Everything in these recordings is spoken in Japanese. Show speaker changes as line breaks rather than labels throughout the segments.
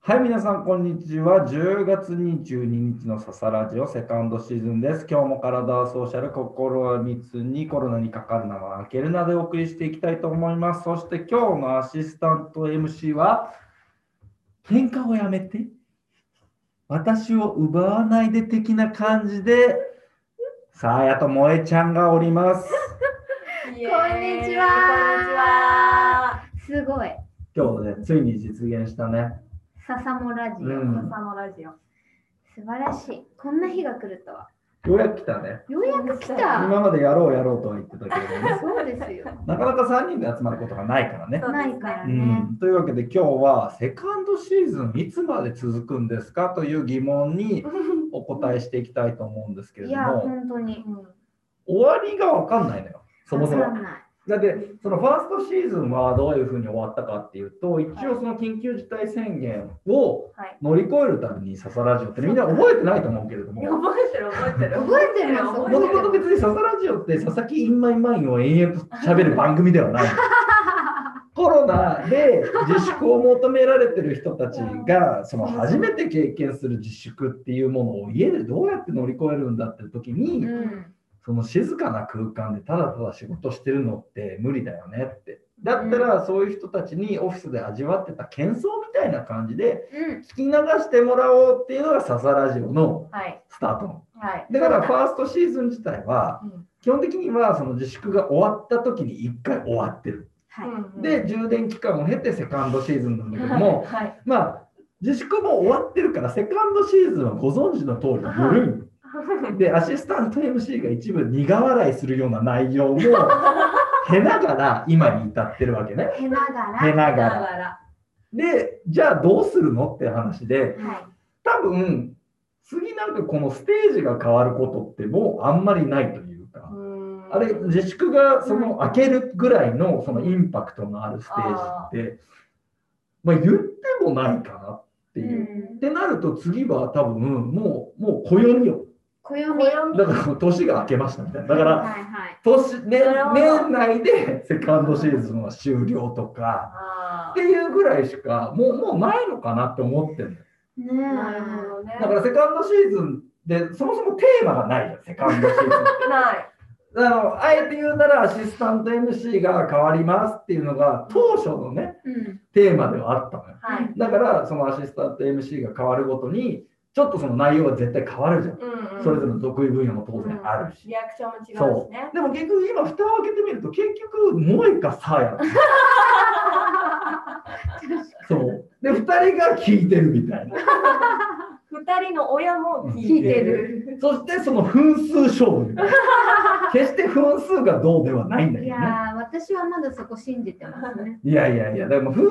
はい、皆さん、こんにちは。10月22日のササラジオセカンドシーズンです。今日も体はソーシャル、心は密にコロナにかかるなは開けるなでお送りしていきたいと思います。そして今日のアシスタント MC は、喧嘩をやめて、私を奪わないで的な感じで、さあやと萌えちゃんがおります。
こんに
こんにちは。すごい。
今日ね、ついに実現したね。
笹もラジオ、
うん
朝のラジオ。
素晴らしい。こんな日が来るとは。
ようやく来たね。
ようやく来た。
今までやろうやろうとは言ってたけれどね。
そうですよ。
なかなか3人で集まることがないからね。
そう
な
ですね
いから
う
ね。
ん、というわけで今日はセカンドシーズンいつまで続くんですかという疑問にお答えしていきたいと思うんですけれ
い
ど
や、
も
本当に。
終わりが分かんないのよそもそも
わ。かんない。
だってそのファーストシーズンはどういうふうに終わったかっていうと一応その緊急事態宣言を
はい
乗り越えるためにササラジオってみんな覚えてないと思うけれ ども。
覚えてる覚えてる。
覚えてるよ
もと
覚
もと
覚えて
別
る
にササラジオって佐々木インマイマインを延々と喋る番組では ない。コロナで自粛を求められてる人たちがその初めて経験する自粛っていうものを家でどうやって乗り越えるんだって時に
うん。
その静かな空間でただただ仕事してるのって無理だよねってだったらそういう人たちにオフィスで味わってた喧騒みたいな感じで
うん。
聞き流してもらおうっていうのがササラジオの
はい。
スタートの
はい。
だからファーストシーズン自体は
うん
基本的にはその自粛が終わった時に1回終わってる。
はい。
で充電期間を経てセカンドシーズンなんだけど
も
も
はい。
まあ自粛も終わってるからセカンドシーズンはご存知の通り緩 い。でアシスタント MC が一部苦笑いするような内容 も経ながら今に至ってるわけね。
へながら。
経なが。
だからら。
でじゃあどうするのって話で
は
多分次なんかこのステージが変わることってもうあんまりないというか。あれ自粛がその開けるぐらいのそのインパクトのあるステージってまあ言ってもないかなって
い。
いう。
うん
ってなると次は多分もうもう暦よ
暦。
み
はい
よみ。
だから年が明けましたみたいなだから
はい。
年年
なるほど
年内でセカンドシーズンは終了とか
あ
っていうぐらいしかもうもうないのかなって思ってるの
ね
あ。なるほどね。
だからセカンドシーズンでそもそもテーマがないじゃんセカンドシーズンって。
ない。
あのあえて言うならアシスタント MC が変わりますっていうのが当初のね
え。うん。
テーマではあったのよ
はい。
だからそのアシスタント MC が変わるごとにちょっとその内容は絶対変わるじゃん
うん、
それぞれの得意分野も当然あるし、
リアクションも違うし
そう
ね。
でも結局今蓋を開けてみると結局萌えかさやそうで2人が聞いてるみたいな
二人の親も聞
聞
い
い
て
て
る。
る。
そしてその分数勝負みたいな決して分数がどうではないんだ
い
けど
や
ね
ー、私はまだそこ信じてますね。
いやいやいや、でも分数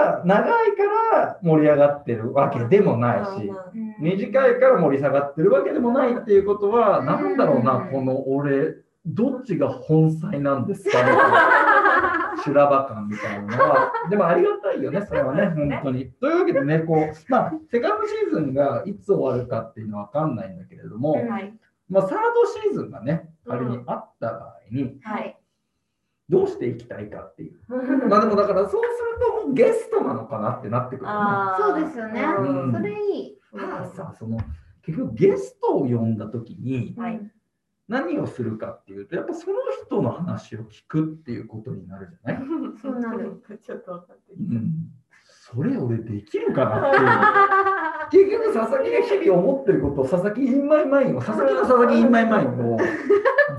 が長いから盛り上がってるわけでもないし、
うん
短いから盛り下がってるわけでもないっていうことは、なんだろうな、この俺、どっちが本妻なんですかみ たいな、修羅場感みたいなのは、でもありがたいよね、それはね、本当に。というわけでね、こう、まあ、セカンドシーズンがいつ終わるかっていうのはわかんないんだけれども、
うん
はい。
まあ、サードシーズンがね、仮にあった場合に、
は
はいい。
どうしていきたいかっていう。
うん
まあでもだからそうするともうゲストなのかなってなってくるよね。あ
あー
そうですよね
うん
それいい。
あさその結局ゲストを呼んだ時に
はい
うん
何をするかっていうとやっぱその人の話を聞くっていうことになるじゃない、
そうなる。
ちょっと分かって
う
る。
ん、それ俺できるかなって いう結局佐々木が日々思ってることを佐々木インマイマインを佐々木の佐々木インマイマインを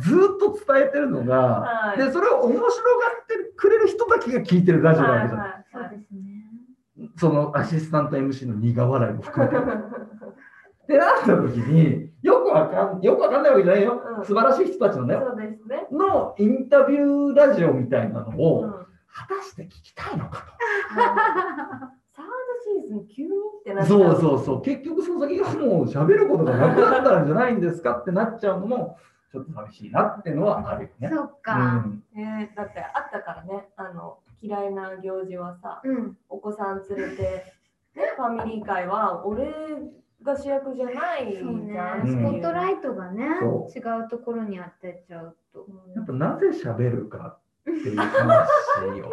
ずーっと伝えてるのが
はい。
でそれを面白がってくれる人だけが聞いてるラジオなわけじゃん、
そう
はい
ですね。
そのアシスタント MC の苦笑いも含めて
は
ってなった時によくわかんよくわかんないわけじゃないよ、
うん
素晴らしい人たちのね
い。そうですね。
のインタビューラジオみたいなの
う
を
ん
果たして聞きたいのか
サードシーズン急にって
と、
なっちゃ
そうそうそう結局その先がもう喋ることがなくなったんじゃないんですかってなっちゃうのもちょっと寂しいなっていうのはあるよね。
そっ
う
か。
ん
えーだってあったからねあの嫌いな行事はさ
うん。
お子さん連れて、ね、ファミリー会は俺が主役じゃないじ
そうね
ゃん。
う
ス
ん
ポットライトがね、
そ
違うところに当てちゃうと。
やっぱなぜ喋るかっていう話を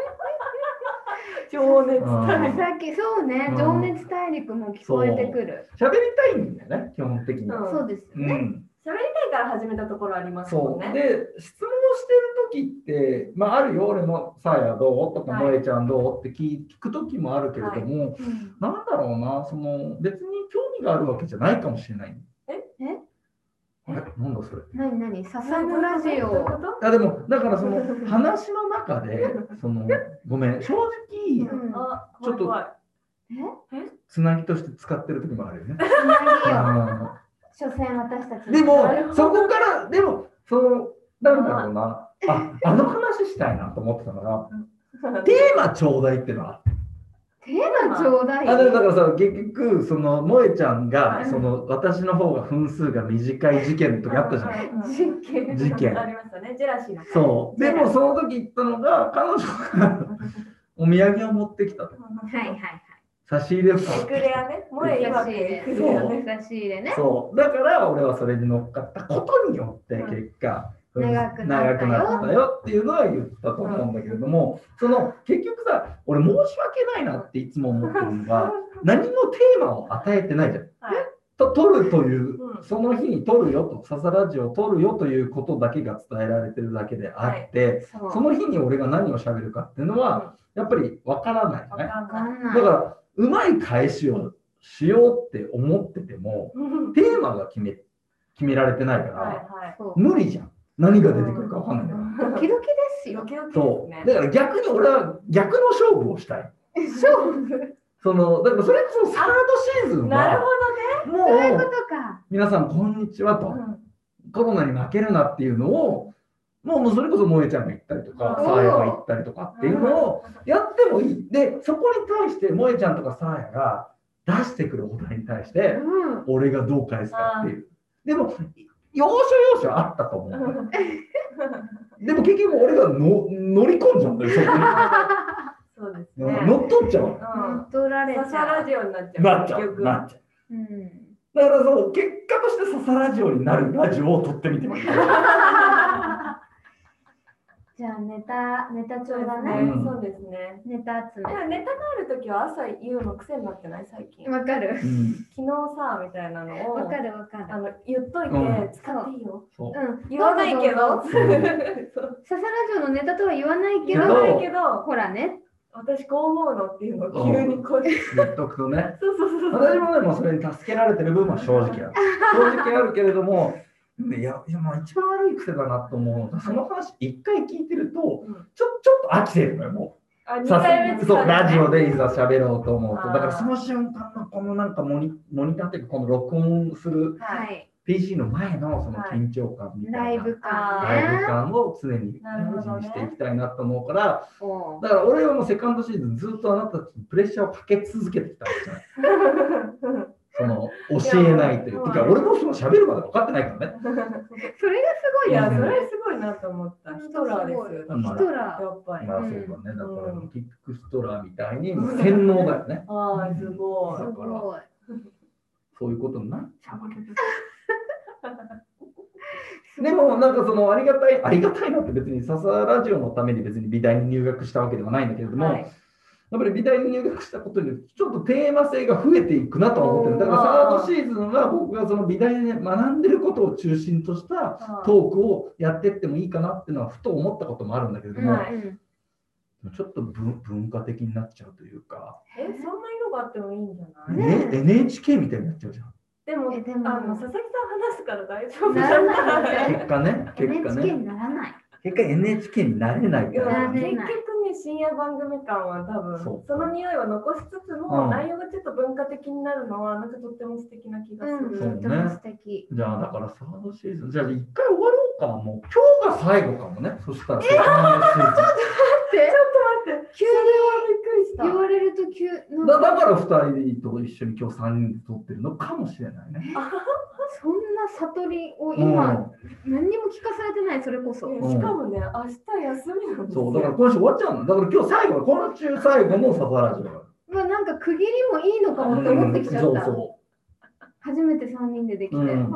情熱
さ
大陸。
っきそうね
う、ん
情熱大陸も聞こえてくる。
喋りたいんだよね、基本的には。
そう
そうですよ
うん、
ね。
喋りたいから始めたところありますも
そ
ん
う。
ね。
で、質問してる時って、まあ、あるよ、俺のさあやどうとか、
はい
萌えちゃんどうって聞聞く時もあるけれども、
うん
なんだろうな、その、別に興味があるわけじゃないかもしれない。
え
え
あれなんだそれ。
なになに、ささくラジ
そういうこ
オ。
と
あでもだからそ の話の中でそのごめん正直
うん
あ、
ちょっと
怖い
え、
つなぎとして使ってる時もあるよね。
つなぎよ。
あ
所詮私たち
ー
の。
でも
なるほど
そこからでもそのなんだろうなああの話したいなと思ってたから
怖い。
テーマちょうだいってのは
テーマちょうだい。
あでだからさ結局その萌えちゃん
は
が
い
その私の方が分数が短い事件とかあったじゃ ん。
ん
実験
事件
ありましたね、ジェラシーな。
そうでもその時言ったのが彼女がお土産を持ってきたと
はいはいはい。
差し入れを買
エ
って
クレアね、萌えいわくエクレア
そう
ね。
差し入れね。
そうだから俺はそれに乗っかったことによって結果、
うん長くなったよ
長くなったよっていうのは言ったと思うんだけれども、その結局さ俺申し訳ないなっていつも思ってるのが何もテーマを与えてないじゃん。
はい
と取るという、
うん
その日に取るよとササラジオ取るよということだけが伝えられてるだけであって、
そう。
その日に俺が何を喋るかっていうのはやっぱりわからないよ
わ
ね。
か
わ
ん
か
ない。
ん
だ
ない。
からうまい返しをしようって思ってても、テーマが決め決められてないから、
はい
そう
無理じゃん何が出てくるか分かんないから、
ド
は
キ
い。
ドキです
ド
よ。
キドキ
そ
で
う
すね。
だから逆に俺は逆の勝負をしたい
勝負。
そのだからそれこそサードシーズン
なるほ
はも
そういうこ
う
とか。
皆さんこんにちはと、
どね。
コロナに負けるなっていうのをもうもうそれこそ萌えちゃんが言ったりとか
うん
さあやが言ったりとかっていうのをやってもいいでそこに対して萌えちゃんとかさあやが出してくるお題に対して
うん。
俺がどう返すかっていうでも要所要所あったと思う
う
の
ん
でも結局俺がの乗り込んじゃうんだよ、そこに
そうです
う
ね。
ん乗っ取っちゃうの。
うん
乗っ取られ
サ
ち
サ
ゃ
ラ
う。
ジオになっちゃう。
なっちゃ
結
う。
局
なっちゃう。
うん。
だからそう、結果としてササラジオになるラジオを撮ってみてもいい。
じゃあネタネタち
そ
ょう
うだ
だ
ね
ね。
うん
そうですね。
ネタ
で
集
もネタがあるときは朝言うの癖になってない最近
め。。わかる。
うん、
昨日さみたいなのを
わかるわかる
あ。の言っといて
うん
使っていいよ。
そう。
うん。
言わないけど。
うぞどうぞ
そう
ササラジオのネタとは言わないけ
言
ど、
わないけど、
ほらね。
私こう思うのっていうのを急にこう。
言っとくとね。
そうそうそうそう。
私もでもうそれに助けられてる部分は正直ある。正 直あるけれども、いや、いやまあ一番悪い癖だなと思うのが、その話一回聞いてると、
うん
ちょちょっと飽きてるのよ、もう。
あ、二
さ
回目使
そうラジオ
で。
でいざ喋ろうと思うと
あー
だからその瞬間のこのなんかモニモニターっていうかこの録音する
はい。
い。
PC の前のその
はい
緊張感みた
ラ
い
イ
な、
ブ感
ライブ
ね。
感を常に
なるほど
大
ね
事にしていきたいなと思うから
おう
だから俺はもうセカンドシーズンずっとあなたたちにプレッシャーをかけ続けてきたわけじゃないその教えないという
いや
てか俺もその喋るまで分かってないからね
それがすご
い
い
や、
よ
そ
ね。
れすごいなと思った。ヒトラーですよ。
うん
ヒトラー。
やっぱり。
ま
あ
あそうだねだから
うん
もうキックストラーみたいにもう洗脳だよね
あー、すごい。
すごい。
そういうことになっちゃうわけです
すごい
でもなんかそのありがたいありがたいなって別に笹ラジオのために別に美大に入学したわけではないんだけれども、
はい
やっぱり美大に入学したことによってちょっとテーマ性が増えていくなとは思ってるだから
お
サー
ー
ドシーズンは僕がその美大で学んでることを中心としたトークをやってってもいいかなっていうのはふと思ったこともあるんだけれども、
はい
うん
ちょっと文文化的になっちゃうというか、
え、そんな色があってもいいんじゃない
ね
ね NHK みたいになっちゃうじゃん
でも、
えでも
あの、佐々木さん話すから大丈夫
ならな い
結果ね結果
NHK
ね
にならない。
結果 NHK になれないか
いや
ら
な
結
れない
局ね、深夜番組感は多分
そ
そうの匂いは残しつつ
う
も、
ん
内容がちょっと文化的になるのは、なんかとっても素敵な気がす
うん、
る。
そうね
とても素敵。
じゃあだからサードシーズンじゃあ一回終わろうかもう今日が最後かもねそしたらセカンドシーズ
急に
びっくり
言われると急な
ン
ん
だ
か
だから2人と一緒に今日3人で撮ってるのかもしれないね。
そんな悟りを
う
今
ん
何にも聞かされてないそれこそ。
した。しかもね、明日休みなんです
そ
よ。
うだから今週終わっちゃうのだから今日最後今週最後もサザラジオだ
まあなんか区切りもいいのかもって思ってきちゃ
そ
っ
う
た。
そ
初めて三人でできて
う、うん、ス
うん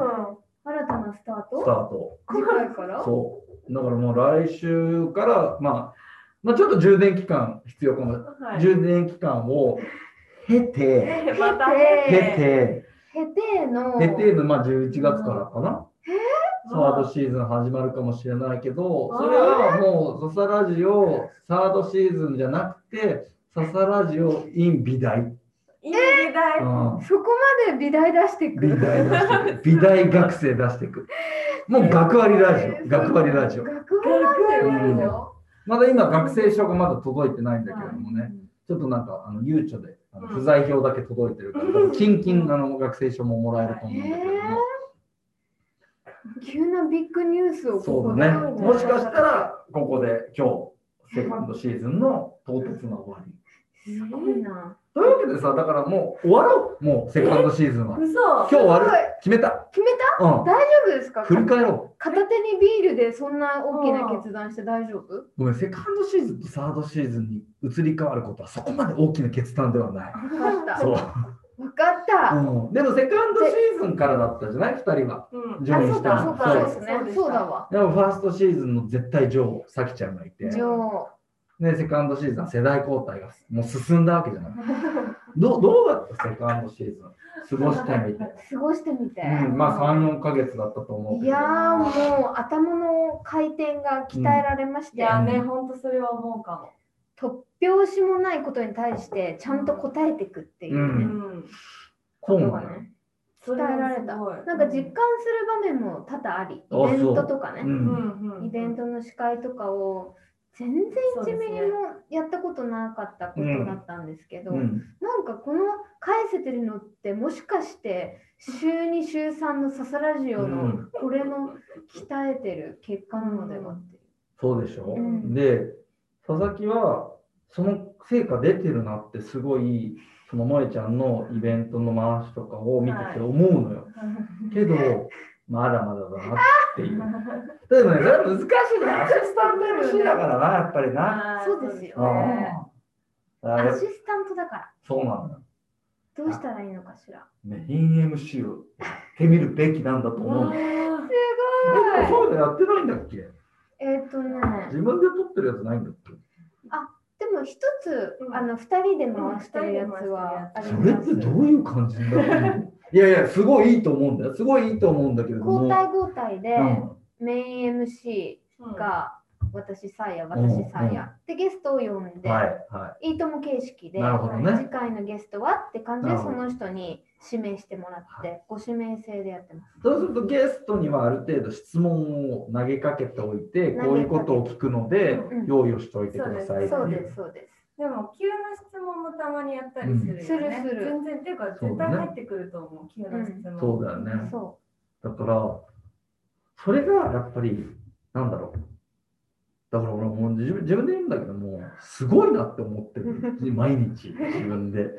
新たなスター
ター
ト。
ト
次回から。
そうだからもう来週からまあまあ、ちょっと充電期間必要かも、
はい。
充電期間を経て、
でまた
経
ね。
経
て、
ヘテの。
経ての、まあ、11月からかな。サ
まあ
ードシーズン始まるかもしれないけど、
あ
それはもう、ササラジオ、サードシーズンじゃなくて、ササラジオ、イン美大。
いい時代
う。ん
そこまで美大出してく
美
る。
大出してく。美大学生出してく。もう学割ラジオ、学割ラジオ。
学割ラジオいいの。
まだ今、学生証がまだ届いてないんだけれどもね、ちょっとなんか、あの、ゆうちょで、あの
うん
不在票だけ届いてるから、
うん
キンキン、あの、学生証ももらえると思うんだけれども。
急なビッグニュースを
そ
ここ
う
で
だね。もしかしたら、ここで今日、セカンドシーズンの唐突な終わり。
すごいな。
というわけでさ、だからもう終わろう。もうセカンドシーズンは。
嘘
今日終わる
すごい。
決めた。
決めた
うん。
大丈夫ですか
振り返ろ
片手にビールでそんな大きな決断して大丈夫
う。ごめん、セカンドシーズンとサードシーズンに移り変わることはそこまで大きな決断ではない。
分かった。
そう。
分かった。
うん、でもセカンドシーズンからだったじゃない ?2 人は。
うん
準備
あ
し
あ
た
そ
そ
う
う
か、
で
そうですね。そうだ。わ。
でもファーストシーズンの絶対女王、さきちゃんがいて。
じゃあ、
で、セカンドシーズンは世代交代がもう進んだわけじゃ ない。どうどうだったセカンドシーズン。過ごしてみて。
過ごしてみて。
うん、まあ3、4ヶ月だったと思うけど。
いやーもう頭の回転が鍛えられまし
い
て、
やね、本当それは思うかも。
突拍子もないことに対してちゃんと答えていくっていう
う
う
ね、
ん。
そう
こ
な
とが
のよ
ね
そ
鍛
れ
え
は
られた
すごい
なんか実感する場面も多々ありイ
そう
ベントとかね
う、
うんんうん。
イベントの司会とかを全然1ミリもやったことなかったことだったんですけど、
うん
なんかこの返せてるのってもしかして週2週3のササラジオ
う
の
ん
これの鍛えてる結果なのではっていう。
そうでしょ、
うん
で佐々木はその成果出てるなってすごいその萌ちゃんのイベントの回しとかを見てて思うのよ、けどまだまだだなっていうでもねそれは難しいねアシスタント MC だからなやっぱりな、
あー
そうですよ
ね
うんあ
ア
れ
シスタントだから
そうなのよ
どうしたらいいのかしら。
メイン MC をやってみるべきなんだと思うの
わ
え
ー
そうだやってないんだっけ
えっ、とね、
自分で撮ってるやつないんだっけ
でも一つ、
うん
あの二人で回してるやつはあり
それっ
ま
て
す。
どういう感じだろういやいや、すごいいいと思うんだよ。すごいいいと思うんだけれども。
交代交代で、
うん
メイン MC
うん
が私さや、
うん
私さや、でゲストを呼んで、
はいは
い、
い
とも形式で、
なるほどね
次回のゲストはって感じ
な
で
るほ
そ
ど
の人に指名してもらって、ご指名制でやってます。
い。そうするとゲストにはある程度質問を投げかけておいて、こういうことを聞くので
うん
用意をしておいてくださいって
そう
い
で
う。
すそうです。
でも急な質問もたまにやったりするよね。
うんするする
全然っていうか
そう
絶
だ
対
ね
入ってくると思う。急な質問。
そうだよね。
そ
だから、それがやっぱり、なんだろう。だから俺もう自分自分で言うんだけども、すごいなって思って る。毎日、自分で。
う。鍛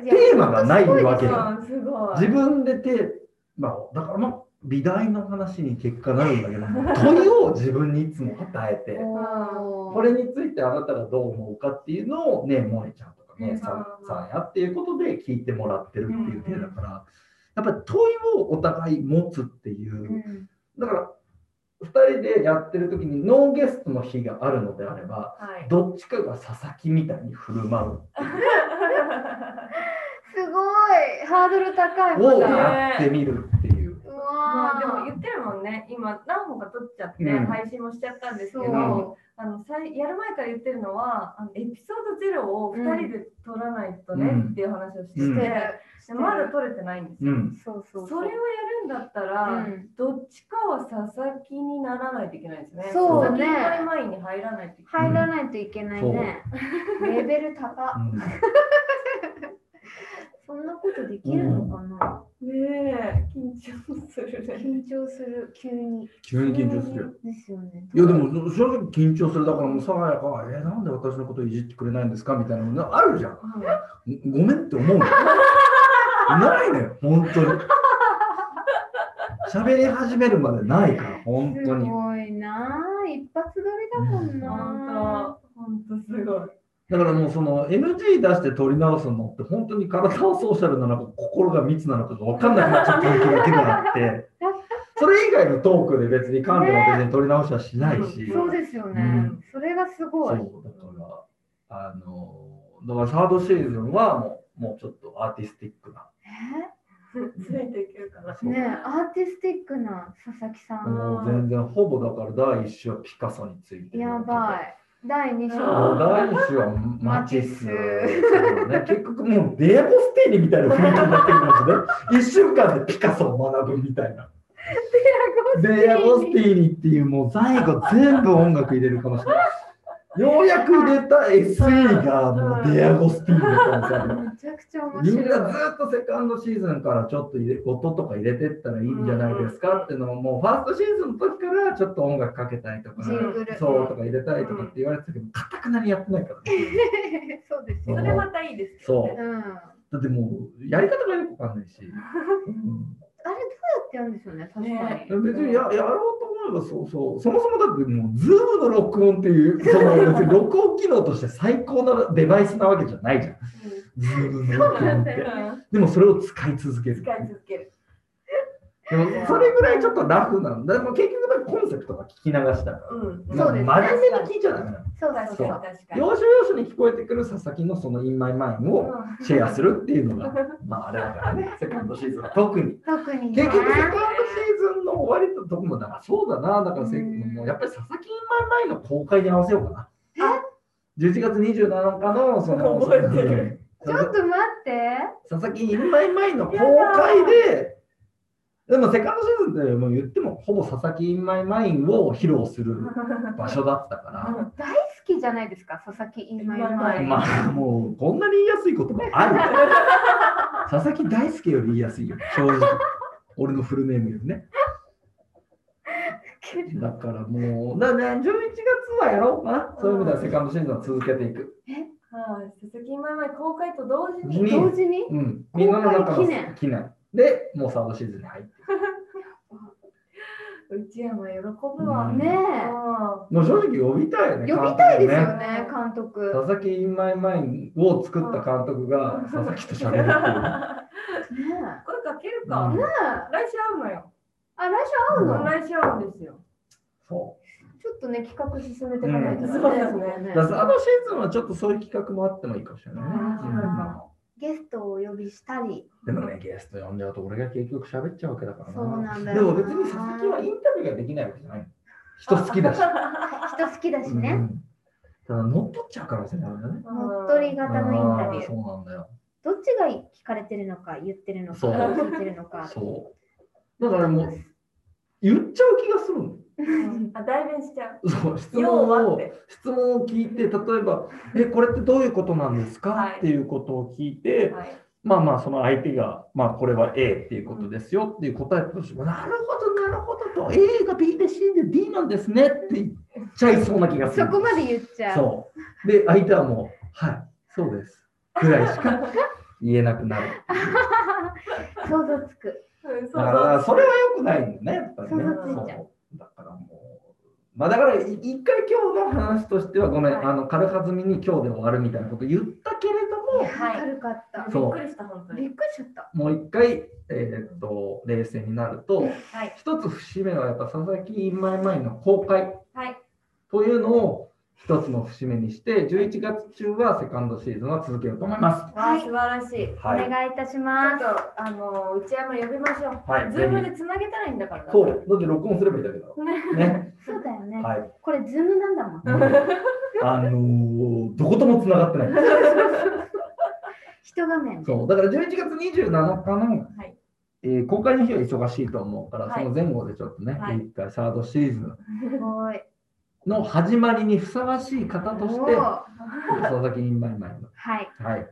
えいや
テーマがないわけ
う
じゃん。
ん、すごい。
自分で手、まあ、だからまあ美大の話に結果なるんだけど問いを自分にいつも与えて
おー
これについてあなたがどう思うかっていうのをね萌ちゃんとかねさ
うん
さんやっていうことで聞いてもらってるっていう手だからやっぱり問いをお互い持つっていううんだから2人でやってる時にノーゲストの日があるのであれば
はい。
どっちかが佐々木みたいに振る舞う
すごいハードル高いま
を
だ
やってみるっていう。
う
まあ
わ
でも
ー
言ってるもんね。今何本か撮っちゃって
うん
配信もしちゃったんですけど、
そ
うん
う。
あのさいやる前から言ってるのは、あのエピソードゼロを二人で撮らないとね
うん
っていう話をしてて、
うん
でまだ撮れてないんですよ。
うん
そうそう
それをやるんだったら、
うん
どっちかは佐々木にならないといけないですね。
そうね
佐々木の前に入らないといけない。
入らないといけないね。レベル高っ。
うん
そんなことできるのかな、
ねえ、緊張するね。
緊張する、急に。
急に緊張するよ。
ですよね。
いやでも正直緊張するだからもうさやかは「えーなんで私のこといじってくれないんですか?」みたいなのあるじゃんごごめんって思うの ないのよ本当に喋り始めるまでないから本
す
当に
ごいなあ一発撮りだもんなあ。
本当、本当すごい。
だからもうその NG 出して取り直すのって本当に体はソーシャルなのか心が密なのかが分かんなくなっちゃった時だけがあってそれ以外のトークで別に観点は別に取り直しはしないし、
そうですよね、
うん
それがすご
そ。
いう
だかあのだからサードシーズンはもうもうちょっとアーティスティックな、
ついていけるかな。
えねえアーティスティックな佐々木さん
もう全然ほぼだから第1週はピカソについて
やば
い。
い第2
も
章
う第1週はマティス、
マ
ね、結局もうデーボスティーニみたいな雰囲気になってくるんで すね1週間でピカソを学ぶみたいなデーボスティーニっていうもう最後全部音楽入れるかもしれないようやく入れた SE がもうデーボスティーニの可能性ある
めちゃくちゃ面
みん
白
ないずっとセカンドシーズンからちょっと入れ音とか入れてったらいいんじゃないですかっていうのをもうファーストシーズンの時からちょっと音楽かけたりとか
ジングル
そうとか入れたりとかって言われてたけどかたくなにやってないからね
そうです
そ
よ
れまたいいですけど
そ
ね
う。
うんあれ
だってもうやり方がよくわかんないし、
どうやってやるんでしょうね確か
ね
に、
うん別にややろうと思えばそうそうそもそもだってもうズームの録音っていうその別に録音機能として最高なデバイスなわけじゃないじ ゃんズームの録音っ
う
て
ん
でもそれを使い続ける
使い続ける。
でもそれぐらいちょっとラフなんだ。でも結局だからコンセプトが聞き流したから。
うん。
そ
な
うですね
んか真面目に聞いちゃダメなの。
そうだ
確
そ
か
う
に
だ
確かに。
要所要所に聞こえてくる佐々木のそのインマイマインを
うん
シェアするっていうのが、まああれだから ね、セカンドシーズンは特に。
特にね
結局セカンドシーズンの終わりとどこもだからそうだな、だからせ
うん
もうやっぱり佐々木インマイマインの公開に合わせようかな。11月27日のその
覚えてる
ちょっと待って
佐々木インマイマインの公開で、でもセカンドシーズンってもう言っても、ほぼ佐々木インマイマインを披露する場所だったか
大好きじゃないですか佐々木今今
ら、
うん
まあもうこんなに言いやすいこともある。佐々木大輔より言いやすいよ、正直。俺のフルネームよりね。だからもう、だね、11月はやろうかな。そういう意味ではセカンドシーズンは続けていく。
はい。佐々木まいまい公開と同時
に
に。
同時に
うん、みんなの中
公
の
開記念
記念。で、もうサードシーズンに入って。
内山喜ぶわ。
ね
もう正直呼びたいよ
え
ね。
呼びたいですよ
ね
ね監督
佐々木インマイマインを作った監督が佐々木と喋るっていう。
ねえ
声かけるか
う。ん
ねえ
来週会うのよ。
あ来週会うの、
うん
来週会うんですよ。
そ
ちょっとね企画進めていかないと
うんそうですね
う。だからあのシーズンはちょっとそういう企画もあってもいいかもしれないね。
ゲストをお呼びしたり
でもね、ゲスト呼んじゃうと俺が結局喋っちゃうわけだから
そう
な。
なんだ
で
よ
も
な
別に佐々木はインタビューができないわけじゃない。人好きだし。
人好きだし
うん
ね、
ただ乗っ取っちゃう可能性もあるんだね。
乗っ取り
あ
型のインタビュ
ー
ー
そうなんだよ。
どっちが聞かれてるのか言ってるのか
そう
聞いてるのか
そう。だからもう、言っちゃう気がするの。
うんあ、代弁しちゃう。
そう質
要
問
はっ
を
て
質問を聞いて例えば「えこれってどういうことなんですか
はい
っていうことを聞いて、
はい。
まあまあその相手が「まあこれは A っていうことですよ」っていう答えとしても「なるほどなるほど」と「A が B で C で D なんですね」って言っちゃいそうな気がす
そ
る。
こまで言っちゃう
そうで相手はもう「はいそうです」ぐらいしか言えなくなる。
想像つく
うんそう
だか
そう
らそれは良くないんだね、やっぱりね。
そうそうついちゃう
そうだからもう、まあだからい一回今日の話としては、ごめん、
はい
あの軽はずみに今日で終わるみたいなこと言ったけれども、
はい
軽かった
そう
びっくりした、本当
び
に。
っくりしちゃった
もう一回、えーっと冷静になると、
はい。
一つ節目はやっぱ佐々木インマイマインの公開
はい。
というのを一つの節目にして、11月中はセカンドシーズンは続けようと思います。
わあ素晴らしい。ち
はい。
お願いいたし
ょ
ま
っ
す
と、あの、内山呼びましょう。
はい、
ズーム
ぜ
でつなげたらいいんだから
ひ
な。
そう、だって録音すればいいだけだろ。ね。
そうだよね、
はい。
これズームなんだもん
あのーどこともつながってない。
一画面
そうだから11月27日の、
はい
えー公開の日は忙しいと思うから、
はい
その前後でちょっとね、
はい
一回サードシーズン
すごい
の始まりにふさわしい方として、
お
佐
ー
々木インバイマイの。
はい
はい。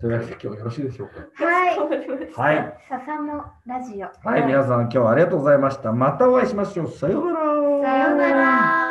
というわけで今日よろしいでしょうか。
はい
わかりました
はい。
笹もラジオ
はい、皆さん今日はありがとうございました。またお会いしましょう。さようなら。
さようなら